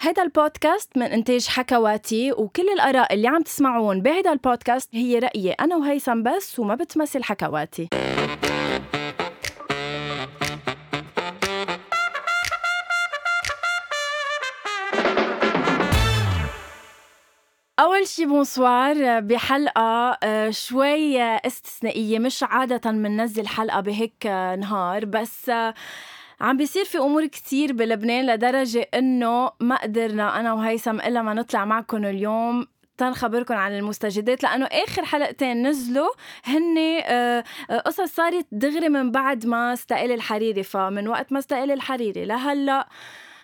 هيدا البودكاست من إنتاج حكواتي وكل الآراء اللي عم تسمعون بهيدا البودكاست هي رأيي أنا وهيثم بس وما بتمثل حكواتي أول شي بونسوار بحلقة آه، شوي آه، استثنائية مش عادة بننزل حلقة بهيك آه، نهار بس آه، عم بيصير في أمور كتير بلبنان لدرجة إنه ما قدرنا أنا وهيثم إلا ما نطلع معكم اليوم تنخبركم عن المستجدات لأنه آخر حلقتين نزلوا هن آه، آه، قصص صارت دغري من بعد ما استقال الحريري فمن وقت ما استقال الحريري لهلأ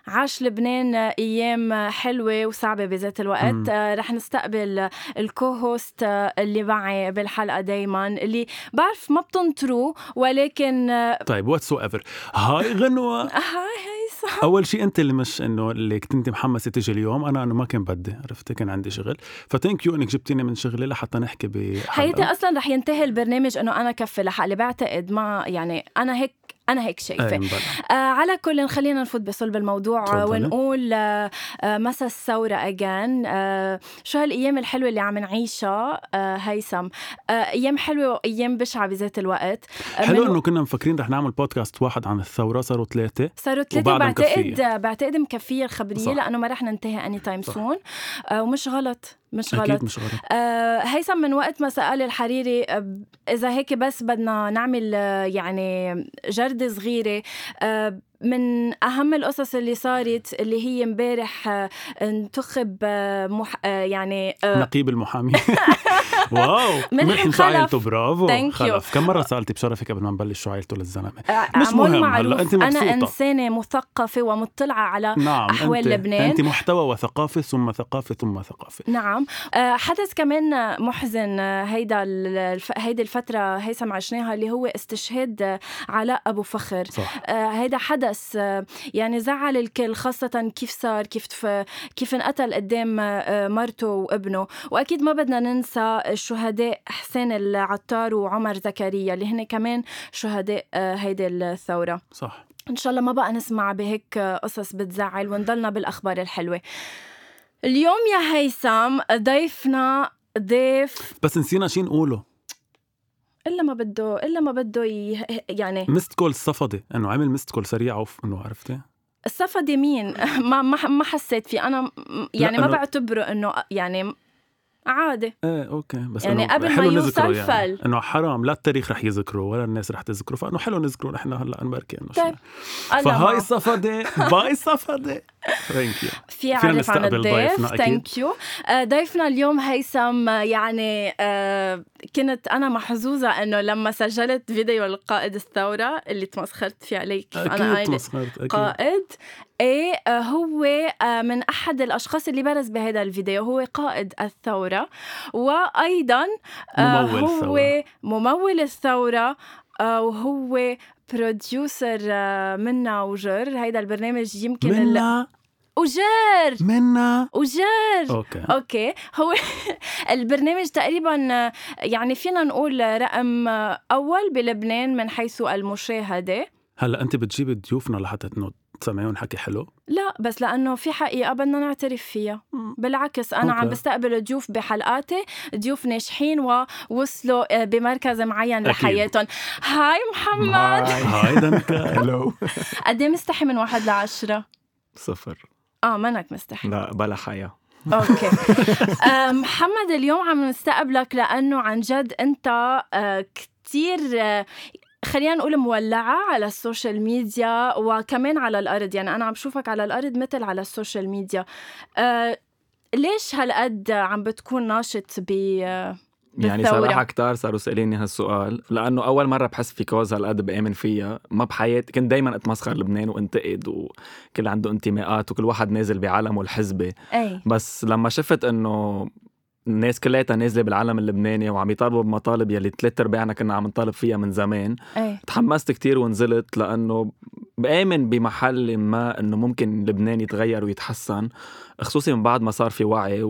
عاش لبنان ايام حلوه وصعبه بذات الوقت مم. آه، رح نستقبل الكوهوست آه، اللي معي بالحلقه دايما اللي بعرف ما بتنطروا ولكن آه، طيب واتس ايفر هاي غنوة هاي هاي صح اول شيء انت اللي مش انه اللي كنت انت محمسه تيجي اليوم انا انه ما كان بدي عرفتي كان عندي شغل فثانك يو انك جبتيني من شغلي لحتى نحكي حياتي بحلقه اصلا رح ينتهي البرنامج انه انا كفي لحالي بعتقد ما يعني انا هيك انا هيك شايفه إيه، مبلا. آه على كل خلينا نفوت بصلب الموضوع آه، تفضلي. ونقول آه آه، مسا الثورة أجان آه شو هالأيام الحلوة اللي عم نعيشها آه هيثم آه أيام حلوة وأيام بشعة بذات الوقت آه، حلو من- انه كنا مفكرين رح نعمل بودكاست واحد عن الثوره صاروا ثلاثه صاروا ثلاثة وبعدها بعتقد مكفية. بعتقد مكفية الخبرية صح. لأنه ما رح ننتهي اني تايم صح. سون آه ومش غلط مش غلط اكيد مش غلط آه، هيثم من وقت ما سأل الحريري آه، إذا هيك بس بدنا نعمل آه، يعني جردة صغيرة آه، من أهم القصص اللي صارت اللي هي امبارح آه، انتخب آه، مح... آه، يعني آه، نقيب المحامي واو ملحم ملحم شو خلف. عائلته برافو Thank you. خلف كم مره سالتي بشرفك قبل ما نبلش شو عائلته للزلمه آه، مش عمول مهم معروف. هلا، أنت أنا مبسوطة. إنسانة مثقفة ومطلعة على نعم أحوال انت لبنان. انت محتوى وثقافه ثم ثقافه ثم ثقافه نعم آه، حدث كمان محزن آه، هيدا ال- الف... هيدي الفترة هيثم عشناها اللي هو استشهاد آه، علاء أبو فخر صح آه، هيدا حدث آه، يعني زعل الكل خاصة كيف صار كيف تف... كيف انقتل قدام آه، آه، مرته وابنه وأكيد ما بدنا ننسى الشهداء حسين العطار وعمر زكريا اللي هن كمان شهداء آه، هيدي الثورة صح إن شاء الله ما بقى نسمع بهيك آه، قصص بتزعل ونضلنا بالأخبار الحلوة اليوم يا هيثم ضيفنا ضيف بس نسينا شي نقوله الا ما بده الا ما بده ي... يعني ميست كول صفدي انه عمل ميست كول سريع وف... انه عرفتي الصفدي مين؟ ما ما ما حسيت فيه انا م- يعني ما أنا- بعتبره انه يعني عادي ايه اوكي بس يعني إنه قبل ما حلو يوصل نذكره فل. يعني. انه حرام لا التاريخ رح يذكره ولا الناس رح تذكره فانه حلو نذكره نحن هلا نبركي انه طيب، شو أنا فهاي معه. صفدي باي صفدي ثانك يو في فينا اعرف عن نستقبل الضيف ضيفنا أكيد. ثانك يو ضيفنا اليوم هيثم آه، يعني آه، كنت انا محظوظه انه لما سجلت فيديو القائد الثوره اللي تمسخرت فيه عليك انا اكيد قايله تمسخرت اكيد قائد ايه آه، هو آه، من احد الاشخاص اللي برز بهذا الفيديو هو قائد الثوره وايضا آه، ممول هو الثورة. ممول الثوره آه، وهو بروديوسر آه، منا وجر هيدا البرنامج يمكن ال- منا وجر منا وجر اوكي اوكي هو البرنامج تقريبا آه، يعني فينا نقول رقم آه، اول بلبنان من حيث المشاهده هلا انت بتجيب ضيوفنا لحتى انه تسمعيهم حكي حلو لا بس لانه في حقيقه بدنا نعترف فيها مم. بالعكس انا عم أوكي. بستقبل ضيوف بحلقاتي ضيوف ناجحين ووصلوا آه، بمركز معين أكيد. لحياتهم هاي محمد هاي دنكا هلو قد ايه مستحي من واحد لعشرة صفر اه منك مستحي لا بلا حياة اوكي آه، محمد اليوم عم نستقبلك لانه عن جد انت آه، كتير آه، خلينا نقول مولعة على السوشيال ميديا وكمان على الأرض يعني أنا عم شوفك على الأرض مثل على السوشيال ميديا آه، ليش هالقد عم بتكون ناشط ب آه، يعني بالثورة. صراحة كتار صاروا سأليني هالسؤال لأنه أول مرة بحس في كوز هالقد بآمن فيها ما بحياتي كنت دايما أتمسخر لبنان وانتقد وكل عنده انتماءات وكل واحد نازل بعلمه الحزبي أي بس لما شفت إنه الناس كلياتها نازلة بالعلم اللبناني وعم يطالبوا بمطالب إيه، يلي ثلاث أرباعنا كنا عم نطالب فيها من زمان أي تحمست كتير ونزلت لأنه بآمن بمحل ما انه ممكن لبنان يتغير ويتحسن خصوصي من بعد ما صار في وعي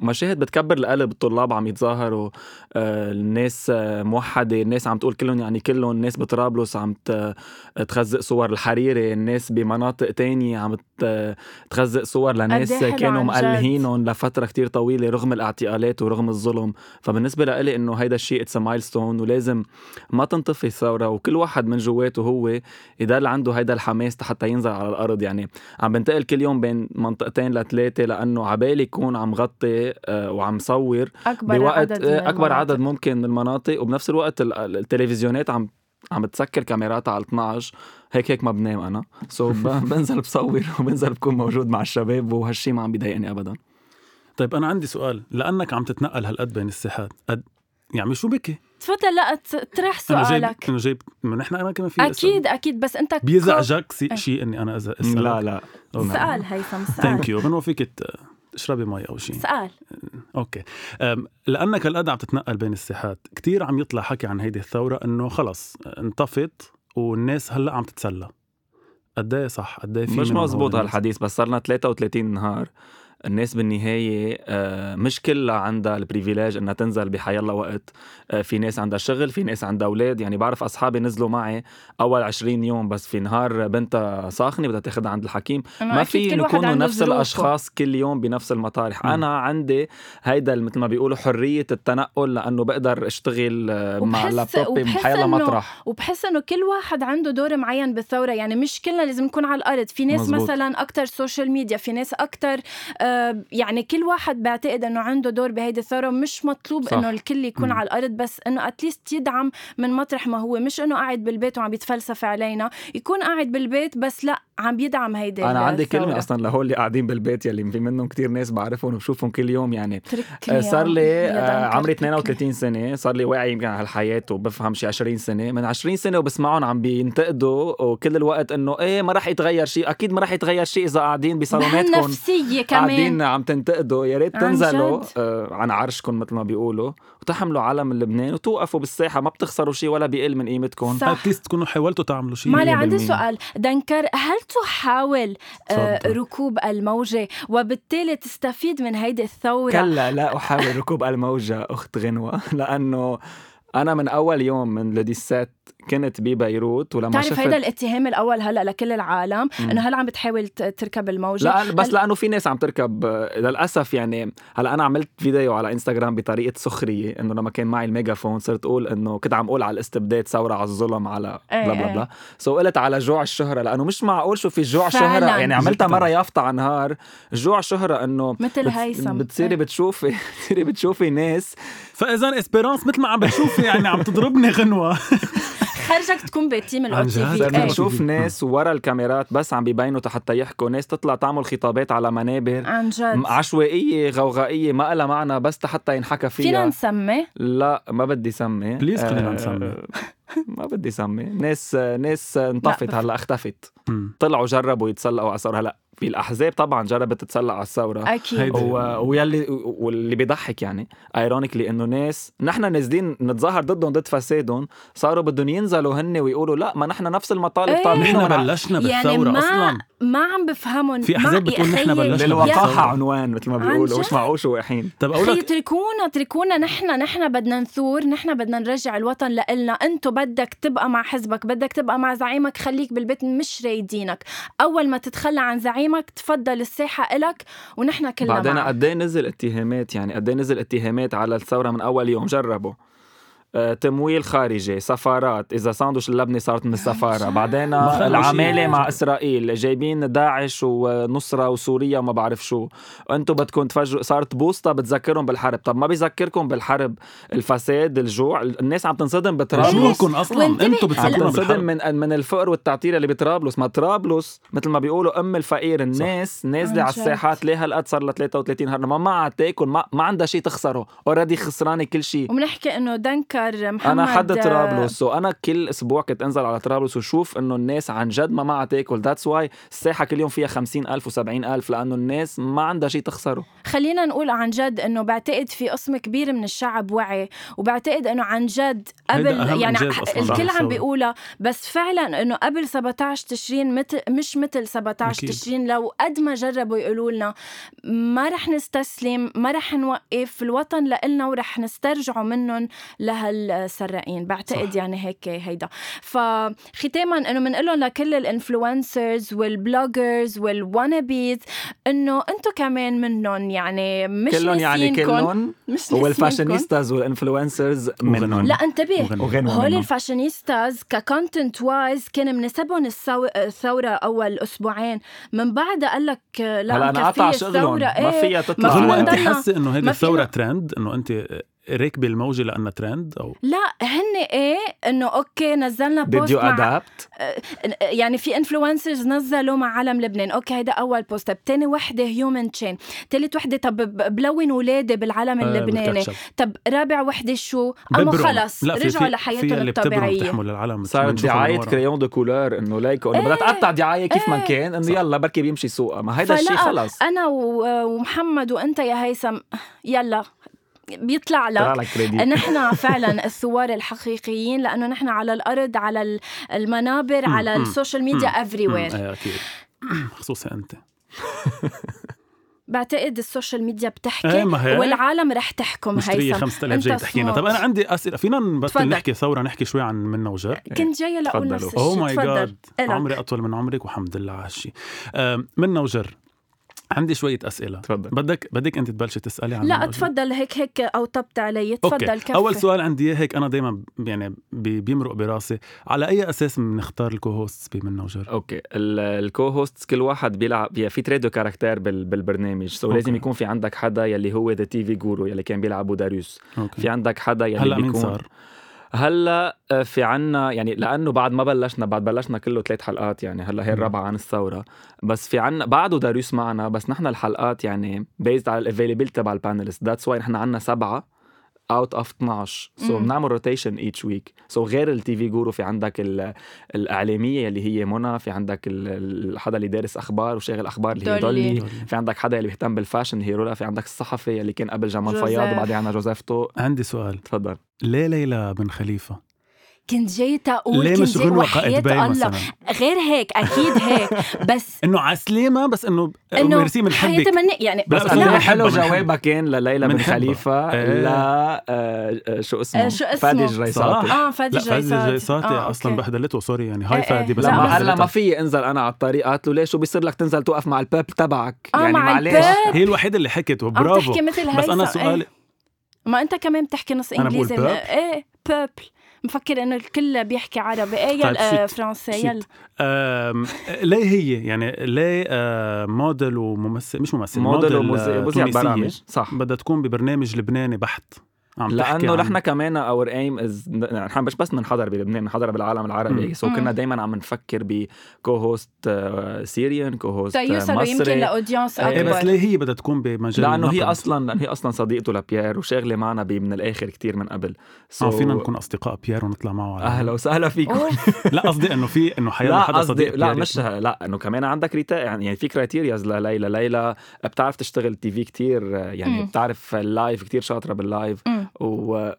ومشاهد بتكبر القلب الطلاب عم يتظاهروا آه، الناس آه، موحده الناس عم تقول كلهم يعني كلهم الناس بطرابلس عم ت- تخزق صور الحريري الناس بمناطق تانية عم ت- تخزق صور لناس قد إيه حلو كانوا عن جد. مقلهينهم لفتره كتير طويله رغم الاعتقالات ورغم الظلم فبالنسبه لإلي انه هيدا الشيء اتس مايلستون ولازم ما تنطفي الثوره وكل واحد من جواته هو يضل عنده هيدا الحماس حتى ينزل على الارض يعني عم بنتقل كل يوم بين منطقتين لثلاثه لانه عبالي يكون عم غطي آه، وعم صور اكبر بوقت عدد من آه، اكبر المناطق. عدد ممكن من المناطق وبنفس الوقت ال- ال- التلفزيونات عم عم تسكر كاميراتها على 12 هيك هيك ما بنام انا سو so ب- بنزل بصور وبنزل بكون موجود مع الشباب وهالشي ما عم بيضايقني ابدا طيب انا عندي سؤال لانك عم تتنقل هالقد بين الساحات قد يعني شو بكي؟ تفضل لا ت- طرح انا جايب سؤالك انه جايب ما نحن انا كمان في إيه. أسأل. اكيد اكيد بس انت كو- بيزعجك سي- أي. شيء اني انا أز- اسالك لا لا سؤال هيثم سؤال ثانك يو بنوفيك ت- آه، تشربي مي او شيء سؤال اوكي أم، لانك هالقد عم تتنقل بين الساحات كتير عم يطلع حكي عن هيدي الثوره انه خلص انطفت والناس هلا عم تتسلى قد ايه صح قد ايه في مش منهم مزبوط هول هالحديث بس صار لنا 33 نهار الناس بالنهاية آه، مش كلها عندها البريفيليج انها تنزل بحيالله وقت آه، في ناس عندها شغل في ناس عندها اولاد يعني بعرف اصحابي نزلوا معي اول 20 يوم بس في نهار بنتها ساخنة بدها تاخدها عند الحكيم إنه ما أكيد في كل واحد يكونوا عنده نفس ظروفه. الاشخاص كل يوم بنفس المطارح مم. انا عندي هيدا مثل ما بيقولوا حرية التنقل لانه بقدر اشتغل آه، مع وبحس- لابتوبي وبحس بحيالله إنه مطرح وبحس انه كل واحد عنده دور معين بالثوره يعني مش كلنا لازم نكون على الارض في ناس مزبوط. مزبوط. مثلا اكثر سوشيال ميديا في ناس اكثر آه يعني كل واحد بعتقد انه عنده دور بهيدي الثوره مش مطلوب صح. انه الكل يكون مم. على الارض بس انه اتليست يدعم من مطرح ما هو مش انه قاعد بالبيت وعم يتفلسف علينا يكون قاعد بالبيت بس لا عم يدعم هيدي انا عندي الثورة. كلمه اصلا لهول اللي قاعدين بالبيت يلي في منهم كتير ناس بعرفهم وبشوفهم كل يوم يعني تركني صار يا- لي يا آه، دنكر، عمري تركني. 32 سنه صار لي واعي يمكن على هالحياه وبفهم شي 20 سنه من 20 سنه وبسمعهم عم بينتقدوا وكل الوقت انه ايه ما راح يتغير شيء اكيد ما راح يتغير شيء اذا قاعدين بصالوناتكم نفسية قاعدين كمان عم تنتقدوا يا ريت عن تنزلوا جد. آه، عن عرشكم مثل ما بيقولوا وتحملوا علم لبنان وتوقفوا بالساحه ما بتخسروا شيء ولا بيقل من قيمتكم صح. اتليست تكونوا حاولتوا تعملوا شيء مالي عندي 100%. سؤال دنكر هل تحاول آه، تفضل. ركوب الموجة وبالتالي تستفيد من هيدي الثورة كلا لا احاول ركوب الموجه اخت غنوه لانه انا من اول يوم من لديسات كنت ببيروت ولما بتعرف شفت هيدا الاتهام الأول هلا لكل العالم مم. إنه هل عم بتحاول ت- تركب الموجة لا بس هل- لانه في ناس عم تركب آه، للاسف يعني هلا انا عملت فيديو على انستغرام بطريقه سخريه انه لما كان معي الميجافون صرت اقول انه كنت عم اقول على الاستبداد ثوره على الظلم على إيه، بلا بلا إيه. بلا سو قلت على جوع الشهره لانه مش معقول شو في جوع فعلاً. شهره يعني عملتها جداً. مره يافطه عن نهار جوع شهره انه مثل بت- هيثم إيه. بتصيري بتشوفي بتصيري بتشوفي ناس فاذا اسبيرانس مثل ما عم بتشوفي يعني عم تضربني غنوه خرجك تكون بتيم عن جد؟ الأوتيفي صرنا إيه. نشوف ناس ورا الكاميرات بس عم بيبينوا حتى يحكوا ناس تطلع تعمل خطابات على منابر عن جد م- عشوائية غوغائية ما لها معنى بس حتى ينحكى فينا فيها نسمي لا ما بدي سمي Please خلينا آه، نسمي. ما بدي سمي ناس ناس لا، انطفت بف- هلا اختفت مم. طلعوا جربوا يتسلقوا على الثورة هلا في الأحزاب طبعا جربت تتسلق على الثورة أكيد هيدا. و... ويلي واللي بيضحك يعني ايرونيكلي انه ناس نحن نازلين نتظاهر ضدهم ضد فسادهم صاروا بدهم ينزلوا هن ويقولوا لا ما نحن نفس المطالب إيه. طالبينه نحن من بلشنا يعني بالثوره ما اصلا ما عم بفهمهم في ما أحزاب بتقول نحن يخيل- بلشنا للوقاحة بالثورة. عنوان مثل ما عن بيقولوا جد. مش معقول شو وقحين طب اقول خي لك اتركونا اتركونا نحن نحن بدنا نثور نحن بدنا نرجع الوطن لإلنا انتو بدك تبقى مع حزبك بدك تبقى مع زعيمك خليك بالبيت مش رايدينك اول ما تتخلى عن زعيمك تفضل الساحه إلك ونحن كلنا بعدين معك قد ايه نزل اتهامات يعني قد ايه نزل اتهامات على الثوره من اول يوم جربوا آه، تمويل خارجي سفارات اذا ساندوش اللبنة صارت من السفارة بعدين ما خلوا العمالة شيء. مع إسرائيل جايبين داعش ونصرة وسوريا وما بعرف شو أنتم بدكم تفجروا صارت بوسطة بتذكرهم بالحرب طب ما بيذكركم بالحرب الفساد الجوع الناس عم تنصدم بطرابلس جوعكم اصلا وانتبه. انتم عم بتسكرون تنصدم بالحرب من من الفقر والتعطيل اللي بطرابلس ما طرابلس مثل ما بيقولوا ام الفقير الناس نازله عن على جد. الساحات ليه هالقد صار لها 33 هرنه ما معها تاكل ما, ما عندها شيء تخسره اوريدي خسرانه كل شيء وبنحكي انه دنكر محمد انا حد آه، طرابلس وانا كل اسبوع كنت انزل على طرابلس وشوف انه الناس عن جد ما معها تاكل ذاتس واي الساحه كل يوم فيها 50000 و70000 لانه الناس ما عندها شيء تخسره خلينا نقول عن جد انه بعتقد في قسم كبير من الشعب وعي وبعتقد انه عن جد هيدا قبل أهم يعني إنجاز أصلاً الكل بالثورة. عم بيقولها بس فعلا انه قبل 17 تشرين متل مش مثل 17 أكيد. تشرين لو قد ما جربوا يقولوا لنا ما رح نستسلم ما رح نوقف الوطن لإلنا ورح نسترجعه منهم لهالسراقين بعتقد صح. يعني هيك هيدا فختاما انه بنقول لهم لكل الانفلونسرز والبلوجرز والوانابيز انه انتم كمان منهم يعني مش كلهم يعني ناسيينكن. كلهم مش ناسيينكن. والفاشينيستاز والانفلونسرز منهم لا انتبه مغني. وغيرهم هول منهم. الفاشينيستاز ككونتنت وايز كان مناسبهم الثو- الثوره اول اسبوعين من بعدها قال لك آه، لا هلا انا مكفية قطع شغلهم الثورة، ما إيه. فيها ما تطلع فينا هو على- انت نضلنا- حاسه انه هيدي ما فينا- الثوره ترند انه انت راكبه الموجه لانها ترند او لا هن ايه انه اوكي نزلنا Did بوست you مع adapt؟ يعني في انفلونسرز نزلوا مع علم لبنان اوكي هيدا اول بوست طب تاني وحده هيومن تشين ثالث وحده طب ب- بلون ولادي بالعلم آه، اللبناني بتكتشف. طب رابع وحده شو اما ببرم. خلص لا، في- رجعوا في- لحياتهم في اللي بتبرم الطبيعيه بتحمل العالم صارت دعاية كريون دو كولور انه ليكو انه بدها إيه، تقطع دعاية كيف ما إيه. كان انه صح. يلا بركي بيمشي سوقها ما هيدا الشيء فلا، خلص انا و- ومحمد وانت يا هيثم يلا بيطلع لك طلع لك كريديت نحن فعلا الثوار الحقيقيين لانه نحن على الارض على ال- المنابر مم، على مم، السوشيال ميديا افري وير ايه اكيد خصوصي انت بعتقد السوشيال ميديا ايه بتحكي ما هي والعالم رح تحكم مشتريه هيثم 5000 أنت جاي تحكينا صمت. طب انا عندي اسئله فينا بس تفضل. نحكي ثوره نحكي شوي عن منا وجر كنت جايه لاقول تفضلوا. نفس الشيء اوه ماي تفضل. إيه جاد إلك. Oh عمري اطول من عمرك وحمد لله على هالشيء أم، منا وجر عندي شويه اسئله تفضل بدك بدك انت تبلشي تسالي عن منا لا وجر؟ تفضل هيك هيك او طبت علي تفضل كفي اول سؤال عندي إياه هيك انا دائما يعني بي- بيمرق براسي على اي اساس بنختار الكوهوستس بمنا وجر اوكي الكو هوست كل واحد بيلعب يعني في تريدو كاركتير بال... بالبرنامج سو أوكي. لازم يكون في عندك حدا يلي هو ذا تي في جورو يلي كان بيلعبوا داريوس في اوكي عندك حدا يلي هلا مين بيكون صار؟ هلا آه، في عنا يعني لانه بعد ما بلشنا بعد بلشنا كله ثلاث حلقات يعني هلا هي مم. الرابعه عن الثوره بس في عنا بعده داريوس معنا بس نحن الحلقات يعني بيزد على الافيلابيلتي تبع البانلست ذاتس واي نحن عنا سبعه اوت اوف 12 سو so مم. بنعمل روتيشن ايتش ويك سو غير التي في جورو في عندك ال- الاعلاميه اللي هي منى في عندك ال- ال- حدا اللي دارس اخبار وشاغل اخبار اللي هي دولي. دولي في عندك حدا اللي بيهتم بالفاشن اللي هي رولا في عندك الصحفي اللي كان قبل جمال جوزيف. فياض وبعدين عندنا جوزيف تو عندي سؤال تفضل ليه ليلى بن خليفة؟ كنت جاي تقول ليه كنت مش جاي غنوة قائد باي وحياة الله مثلا؟ غير هيك اكيد هيك بس انه عسليمة بس انه انه ميرسي حياتي بنحبك من يعني بس بس بس أنا قد لا بحبها، حلو بنحبها. جوابها كان لليلى بن بنحبها. خليفه إيه. لا آه، آه، شو اسمه آه، شو اسمه؟ فادي صح. الجريساتي اه فادي لا فادي جاي جيساتي اصلا بهدلته سوري يعني إيه، هاي إيه. فادي بس لا، ما لما قال لها ما بهدلتها. في انزل انا على الطريق قالت له ليش شو بيصير لك تنزل توقف مع الباب تبعك آه، يعني مع معلش الباب. هي الوحيدة اللي حكت برافو عم وبرافو تحكي مثل هيثم بس انا سؤالي إيه. ما انت كمان بتحكي نص أنا بقول انجليزي peuple. ايه بيبل مفكر انه الكل بيحكي عربي ايه طيب، يلا آه، shit. فرنسي shit. يلا آم، ليه هي يعني ليه آه، موديل وممثل مش ممثل موديل آه، ومذيع تونسية برامج صح بدها تكون ببرنامج لبناني بحت عم تحكي لانه عن- نحن كمان اور ايم از نحن مش بس بنحضر بلبنان بنحضر بالعالم مم. العربي سو مم. كنا دائما عم نفكر آه، بكو هوست سيريان كو هوست تيوصلوا طيب، يمكن آه، مصري لاودينس إيه، إيه اكبر بس ليه هي بدها تكون بمجال لانه هي النقد؟ اصلا لأن هي اصلا صديقته لبيير وشاغله معنا ب- من الاخر كتير من قبل اه سو فينا نكون اصدقاء بيير ونطلع معه على اهلا وسهلا فيكم أوف، لا قصدي انه في انه حيلا لا حدا قصدي صديق لا بيير مش ه- لا انه كمان عندك ريتا يعني يعني في كرايتيرياز لليلى ليلى بتعرف تشتغل تي في كتير آه، يعني مم. بتعرف اللايف كتير شاطره باللايف أمم. و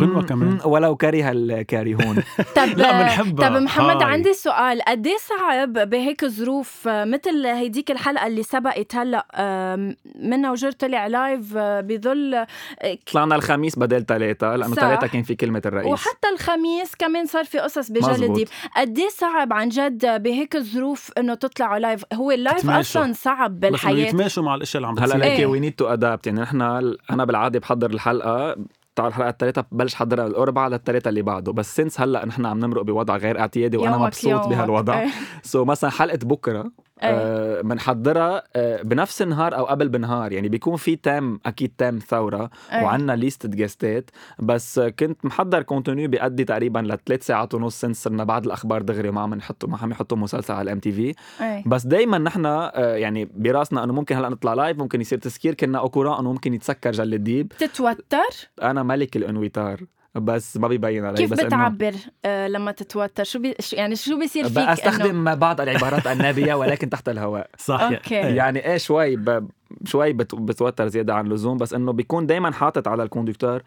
غنوة مم، كمان. مم، ولو كره الكارهون طب لا، منحبها. طب محمد هاي. عندي سؤال قد ايه صعب بهيك ظروف آه، مثل هيديك الحلقه اللي سبقت هلا آم، منا وجر طلع لايف آه، بظل آه، ك- طلعنا الخميس بدل ثلاثه لانه صح. ثلاثه كان في كلمه الرئيس وحتى الخميس كمان صار في قصص بجل مزبوط. الديب قد ايه صعب عن جد بهيك ظروف انه تطلعوا لايف هو اللايف تتماشوا. اصلا صعب بس انه بالحياه يتماشوا مع الاشياء اللي عم هلا بتصير إيه. ليكي وي نيد تو ادابت يعني نحن انا بالعاده بحضر الحلقه بتاع الحلقه الثالثه ببلش حضرها الاربعاء للثلاثه اللي بعده بس سنس هلا نحن عم نمرق بوضع غير اعتيادي وانا يومك- مبسوط يومك. بهالوضع إيه. سو so, مثلا حلقه بكره إيه. آه، بنحضرها آه، بنفس النهار او قبل بنهار يعني بيكون في تام اكيد تام ثوره إيه. وعنا ليست جاستات بس آه، كنت محضر كونتوني بيأدي تقريبا لثلاث ساعات ونص سنس صرنا بعد الاخبار دغري وما عم نحطه ما عم يحطوا مسلسل على الام تي في إيه. بس دائما نحن آه، يعني براسنا انه ممكن هلا نطلع لايف ممكن يصير تسكير كنا اوكورا انه ممكن يتسكر جل الديب تتوتر انا ملك الانويتار بس ما بيبين علي كيف بس إنه بتعبر آه، لما تتوتر شو بي... شو- يعني شو بيصير فيك بستخدم بعض العبارات النابيه ولكن تحت الهواء صح أوكي. يعني يعني ايه شوي ب- شوي بت- بتوتر زياده عن اللزوم بس انه بيكون دائما حاطط على الكوندكتور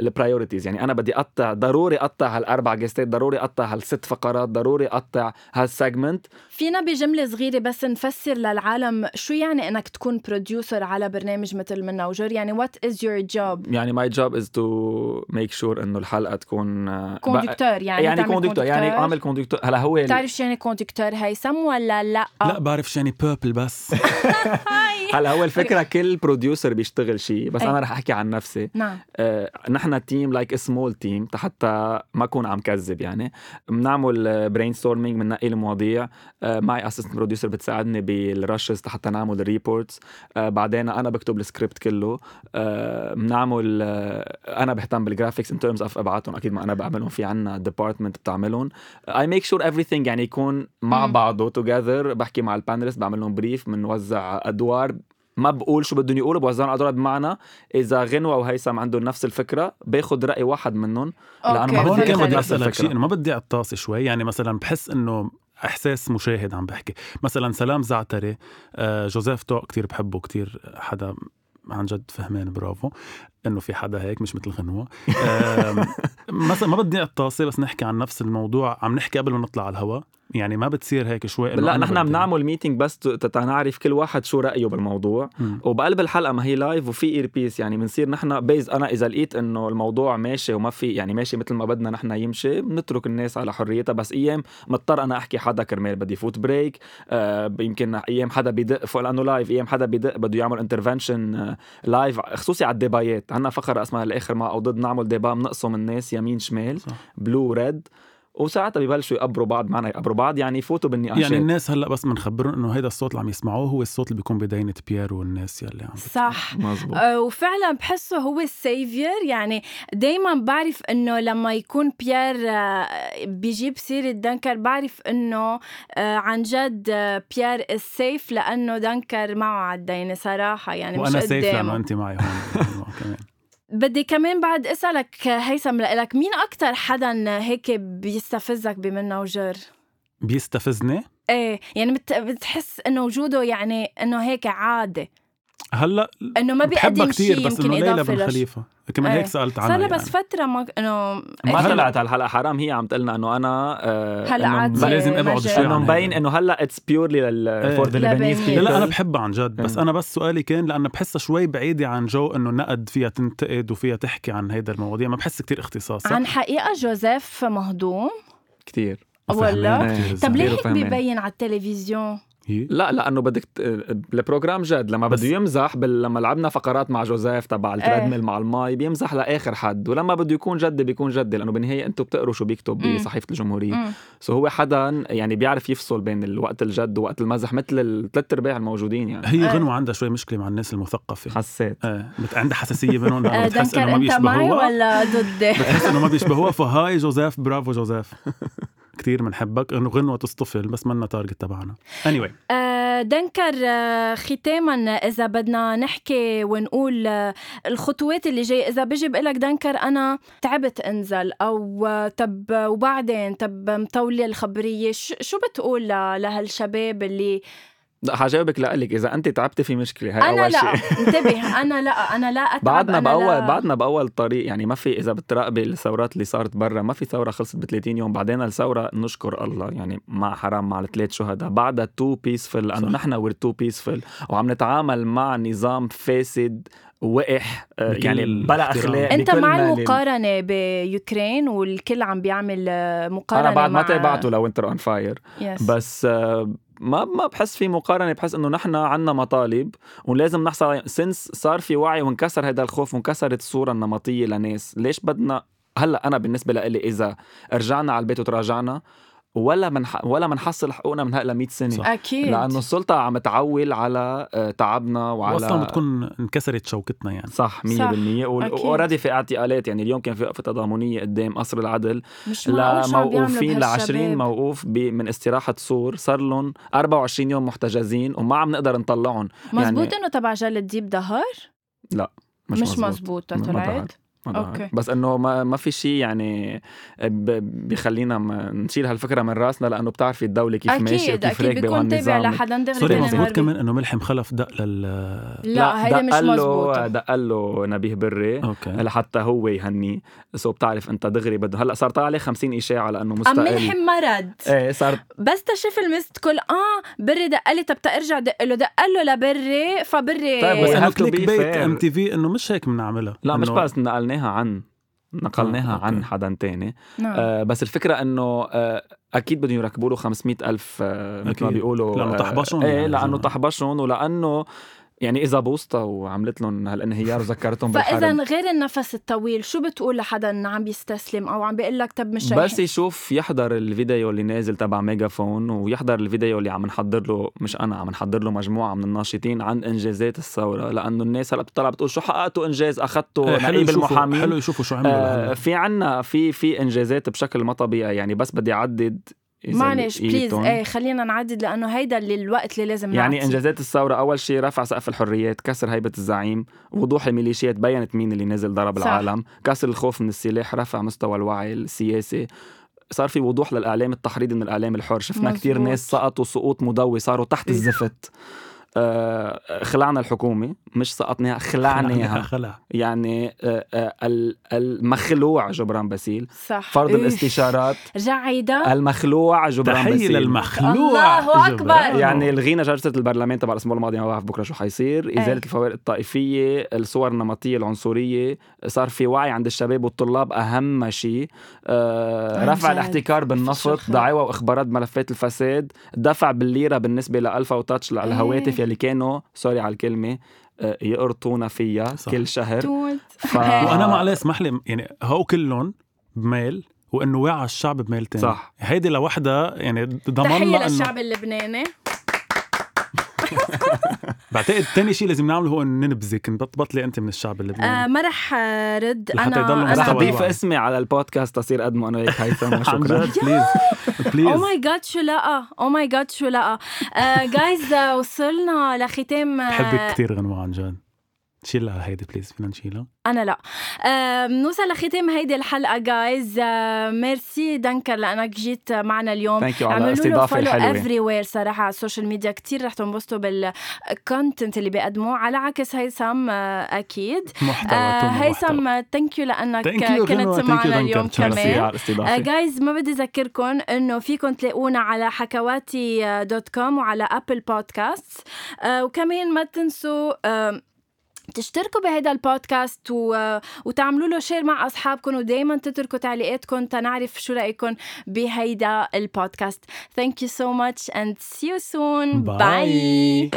البرايورتيز يعني انا بدي اقطع ضروري اقطع هالاربع جيستات ضروري اقطع هالست فقرات ضروري اقطع هالسيجمنت فينا بجملة صغيرة بس نفسر للعالم شو يعني انك تكون بروديوسر على برنامج مثل منا وجور يعني وات از يور جوب يعني ماي جوب از تو ميك شور انه الحلقه تكون آه، كوندكتور يعني يعني تعمل كوندكتور يعني اعمل كوندكتور هلا هو ال- بتعرف شو يعني كوندكتور هيثم ولا لا؟ لا بعرف شو يعني بيربل بس هاي هلا هو الفكره كل بروديوسر بيشتغل شيء بس أي. انا رح احكي عن نفسي نعم آه، نحن تيم لايك سمول تيم حتى ما اكون عم كذب يعني بنعمل برين ستورمينج بننقي المواضيع آه، معي اسيستنت بروديوسر بتساعدني بالرشز حتى نعمل الريبورتس بعدين انا بكتب السكريبت كله آه، بنعمل آه، انا بهتم بالجرافيكس ان تيرمز اوف ابعاتهم اكيد ما انا بعملهم في عنا ديبارتمنت بتعملهم اي ميك شور everything يعني يكون مع مم. بعضه توجذر بحكي مع البانلست بعمل لهم بريف بنوزع ادوار ما بقول شو بدهم يقولوا بوزعهم ادوار بمعنى اذا غنوه وهيثم عندهم نفس الفكره باخذ راي واحد منهم لا، أنا ما أوكي، هون بدي كان فهمت آخد بدي عليك. نفس الفكرة. اسالك شيء انه ما بدي اقطاس شوي يعني مثلا بحس انه احساس مشاهد عم بحكي مثلا سلام زعتري آه، جوزيف تو كتير بحبه كتير حدا عن جد فهمان برافو انه في حدا هيك مش مثل غنوه آم، مثلا ما بدي اقطاسي بس نحكي عن نفس الموضوع عم نحكي قبل ما نطلع على الهوا يعني ما بتصير هيك شوي إنه لا أنا نحن بدي- بنعمل ميتنج بس ت- تنعرف كل واحد شو رايه بالموضوع مم. وبقلب الحلقه ما هي لايف وفي اير بيس يعني بنصير نحن بيز انا اذا لقيت انه الموضوع ماشي وما في يعني ماشي مثل ما بدنا نحن يمشي بنترك الناس على حريتها بس ايام مضطر انا احكي حدا كرمال بدي يفوت بريك آه يمكن ايام حدا بيدق فوق لانه لايف ايام حدا بيدق بده يعمل انترفنشن آه لايف خصوصي على الديبايات عندنا فقره اسمها الاخر مع او ضد نعمل ديبا بنقسم الناس يمين شمال صح. بلو ريد وساعتها ببلشوا يقبروا بعض معنا يقبروا بعض يعني يفوتوا بالنقاشات يعني الناس هلا بس بنخبرهم انه هيدا الصوت اللي عم يسمعوه هو الصوت اللي بيكون بدينة بيير والناس يلي عم صح مزبوط آه، وفعلا بحسه هو السيفير يعني دايما بعرف انه لما يكون بيير آه، بيجيب سيرة دنكر بعرف انه آه، عن جد آه، بيير السيف لانه دنكر معه على الدينة صراحة يعني وانا مش سيف لانه قدامه انت معي هون إنه كمان بدي كمان بعد اسألك آه، هيثم لإلك مين أكتر حدا هيك بيستفزك بمنا وجر؟ بيستفزني ايه يعني بت... بتحس انه وجوده يعني انه هيك عادي هلا انه ما بحبها بيقدم كثير شيء بس يمكن انه ليلى اضافه بن لش- خليفه كمان إيه. هيك سالت عنها صار لها يعني. بس فتره ما انه ما إيه، طلعت على الحلقه حرام هي عم تقلنا انه انا آه، هلا إنه عاد مب- ما لازم ما ابعد جاي. شوي انه عن مبين هيدا. انه هلا اتس بيورلي لل إيه. فور ذا لبنيس. لبنيس لا لا انا بس- بحبها عن جد بس إيه. انا بس سؤالي كان لانه بحسها شوي بعيده عن جو انه النقد فيها تنتقد وفيها تحكي عن هيدا المواضيع ما بحس كتير اختصاص عن حقيقه جوزيف مهضوم كثير ولا؟ طب ليه صغير هيك وفهمان. ببين على التلفزيون؟ لا لانه بدك ت- البروجرام جد لما بس- بده يمزح بال... لما لعبنا فقرات مع جوزيف إيه. تبع التريدميل مع المي بيمزح لاخر حد ولما بده يكون جدي بيكون جدي لانه بالنهايه انتم بتقروا شو بيكتب مم. بصحيفه إيه. الجمهوريه مم. سو هو حدا يعني بيعرف يفصل بين الوقت الجد ووقت المزح مثل الثلاث ارباع الموجودين يعني هي إيه. غنوة عندها شوي مشكله مع الناس المثقفه حسيت إيه. بت- عندها حساسيه منهم لأنه آه، بتحس دنكر انه ما انت معي بيشبهوها ولا ضدي؟ بتحس انه ما بيشبهوها فهاي جوزيف برافو جوزيف كتير بنحبك انه غنوة تصطفل بس منا تارجت تبعنا anyway آه، دنكر آه، ختاما اذا بدنا نحكي ونقول آه، الخطوات اللي جاي اذا بيجي بقول لك دنكر انا تعبت انزل او آه، طب آه، وبعدين طب مطوله الخبريه ش- شو بتقول ل- لهالشباب اللي لا حجاوبك لك اذا انت تعبتي في مشكله هاي انا اول لا شيء انتبه انا لا انا لا اتعب بعدنا أنا باول لا. بعدنا باول طريق يعني ما في اذا بتراقبي الثورات اللي صارت برا ما في ثوره خلصت ب 30 يوم بعدين الثوره نشكر الله يعني مع حرام مع الثلاث شهداء بعدها تو بيسفل لانه صح. نحن وير تو بيسفل وعم نتعامل مع نظام فاسد وقح آه، بكل يعني بلا احترام. اخلاق انت بكل مع ما لل- المقارنه باوكرين والكل عم بيعمل آه، مقارنه انا بعد ما مع... تابعته لوينتر اون فاير يس. بس آه، ما ما بحس في مقارنه بحس انه نحن عنا مطالب ولازم نحصل سنس صار في وعي وانكسر هذا الخوف وانكسرت الصوره النمطيه لناس ليش بدنا هلا انا بالنسبه لإلي اذا رجعنا على البيت وتراجعنا ولا منح... ولا منحصل حقوقنا من هلا 100 سنه صح. اكيد لانه السلطه عم تعول على آه، تعبنا وعلى واصلا بتكون انكسرت شوكتنا يعني صح 100% صح، أكيد. واوريدي في اعتقالات يعني اليوم كان في وقفه تضامنيه قدام قصر العدل مش معقول شو عم بيعملوا لموقوفين ل 20 بهالشباب. موقوف ب- من استراحه سور صار لهم 24 يوم محتجزين وما عم نقدر نطلعهم مزبوط يعني- انه تبع جل الديب دهر مش, مش طيب، مزبوط ما ظهر. طلعت ما ظهر. أوكي. بس انه ما, ما في شيء يعني ب- بخلينا ما- نشيل هالفكره من راسنا لانه بتعرفي الدوله كيف ماشيه اكيد وكيف اكيد راكبه بيكون تابع وهالنظام لحدا دغري سوري بين مزبوط الهربي. كمان انه ملحم خلف دق لل لا هيدا مش دق له- مزبوط دق له نبيه بري اوكي لحتى هو يهنيه سو بتعرف انت دغري بده هلا صار طلع عليه 50 اشاعه لانه أم مستقل ملحم مرض ايه صار بس تشوف المست كل اه بري دقلي طب ترجع دق له دق له لبري فبري نعم. طيب بس We انه have to be كليك بيت fair. ام تي في انه مش هيك بنعملها لا مش إنه- بس نقلناها عن نقلناها آه، أوكي. عن حدا تاني نعم. آه بس الفكره انه آه اكيد بدهم يركبوا له 500 الف آه مثل ما أكيد. بيقولوا لأنه آه، طحبشهم ايه يعني لانه الجماعة. طحبشهم ولانه يعني اذا بوسطة وعملت لهم هالانهيار وذكرتهم فاذا بالحرب غير النفس الطويل شو بتقول لحدا عم يستسلم او عم بيقول لك طب مش بس رايحين؟ يشوف يحضر الفيديو اللي نازل تبع ميجافون ويحضر الفيديو اللي عم نحضر له مش انا عم نحضر له مجموعه من الناشطين عن انجازات الثوره لانه الناس هلا بتطلع بتقول شو حققتوا انجاز إيه، اخذتوا حلو نقيب يشوفوا- المحامين حلو يشوفوا شو عملوا آه لهلا في عنا في في انجازات بشكل ما طبيعي يعني بس بدي اعدد إذا معلش بليز لقيتن. ايه خلينا نعدد لانه هيدا اللي الوقت اللي لازم يعني نعطيه. انجازات الثوره اول شيء رفع سقف الحريات كسر هيبه الزعيم وضوح الميليشيات بينت مين اللي نزل ضرب صح. صح. العالم كسر الخوف من السلاح رفع مستوى الوعي السياسي صار في وضوح للاعلام التحريضي من الاعلام الحر شفنا مزبوط. كثير ناس سقطوا سقوط مضوي صاروا تحت إيه. الزفت آه خلعنا الحكومه مش سقطناها خلعناها خلع يعني آه آه ال- المخلوع جبران باسيل صح فرض إيه. الاستشارات رجعيدا المخلوع جبران تحية باسيل للمخلوع الله أكبر. جبران. يعني لغينا جلسه البرلمان تبع الاسبوع الماضي ما بعرف بكره شو حيصير إيه. ازاله الفوارق الطائفيه الصور النمطيه العنصريه صار في وعي عند الشباب والطلاب اهم شيء آه عن رفع جد. الاحتكار بالنفط شخص. دعاوى واخبارات بملفات الفساد دفع بالليره بالنسبه لالفا وتاتش إيه. للهواتف يلي كانوا سوري على الكلمه آه، يقرطونا فيها صح. كل شهر توت ف- وانا آه. معلش اسمح لي يعني هو كلهم بميل وانه وعى الشعب بميل تاني صح. هيدي لوحدها يعني تحيه ضمننا انه للشعب اللبناني بعتقد تاني شيء لازم نعمله هو انه ننبذك نبطبطلي انت من الشعب آه نعم. اللبناني ما رح آه، رد لحتى انا يضلوا رح مستوى انا ضيف الوعي. اسمي على البودكاست تصير قد ما انا هيك هيثم عن وشكرا جد بليز او بليز ماي جاد Oh شو لقى او ماي جاد شو لقى جايز وصلنا لختام آه، بحبك كثير غنوة عن جد شيلها هيدي بليز فينا نشيلها انا لا بنوصل لختام هيدي آه، الحلقه جايز ميرسي دنكر لانك جيت معنا اليوم ثانك يو على عملوا له الاستضافه فولو الحلوه افري وير صراحه على السوشيال ميديا كتير رح تنبسطوا بالكونتنت اللي بيقدموه على عكس هيثم آه، اكيد محتوى آه، توم محتوى. هيثم ثانك يو لانك Thank you، غنوة. Thank كنت you، معنا دنكر. اليوم شكراً. كمان آه، ميرسي على الاستضافه جايز Uh, ما بدي اذكركم انه فيكم تلاقونا على حكواتي دوت كوم وعلى ابل بودكاست وكمان ما تنسوا آه، تشتركوا بهيدا البودكاست و... آه، وتعملوا له شير مع اصحابكم ودائما تتركوا تعليقاتكم تنعرف شو رايكم بهيدا البودكاست ثانك يو سو ماتش اند سي يو سون باي.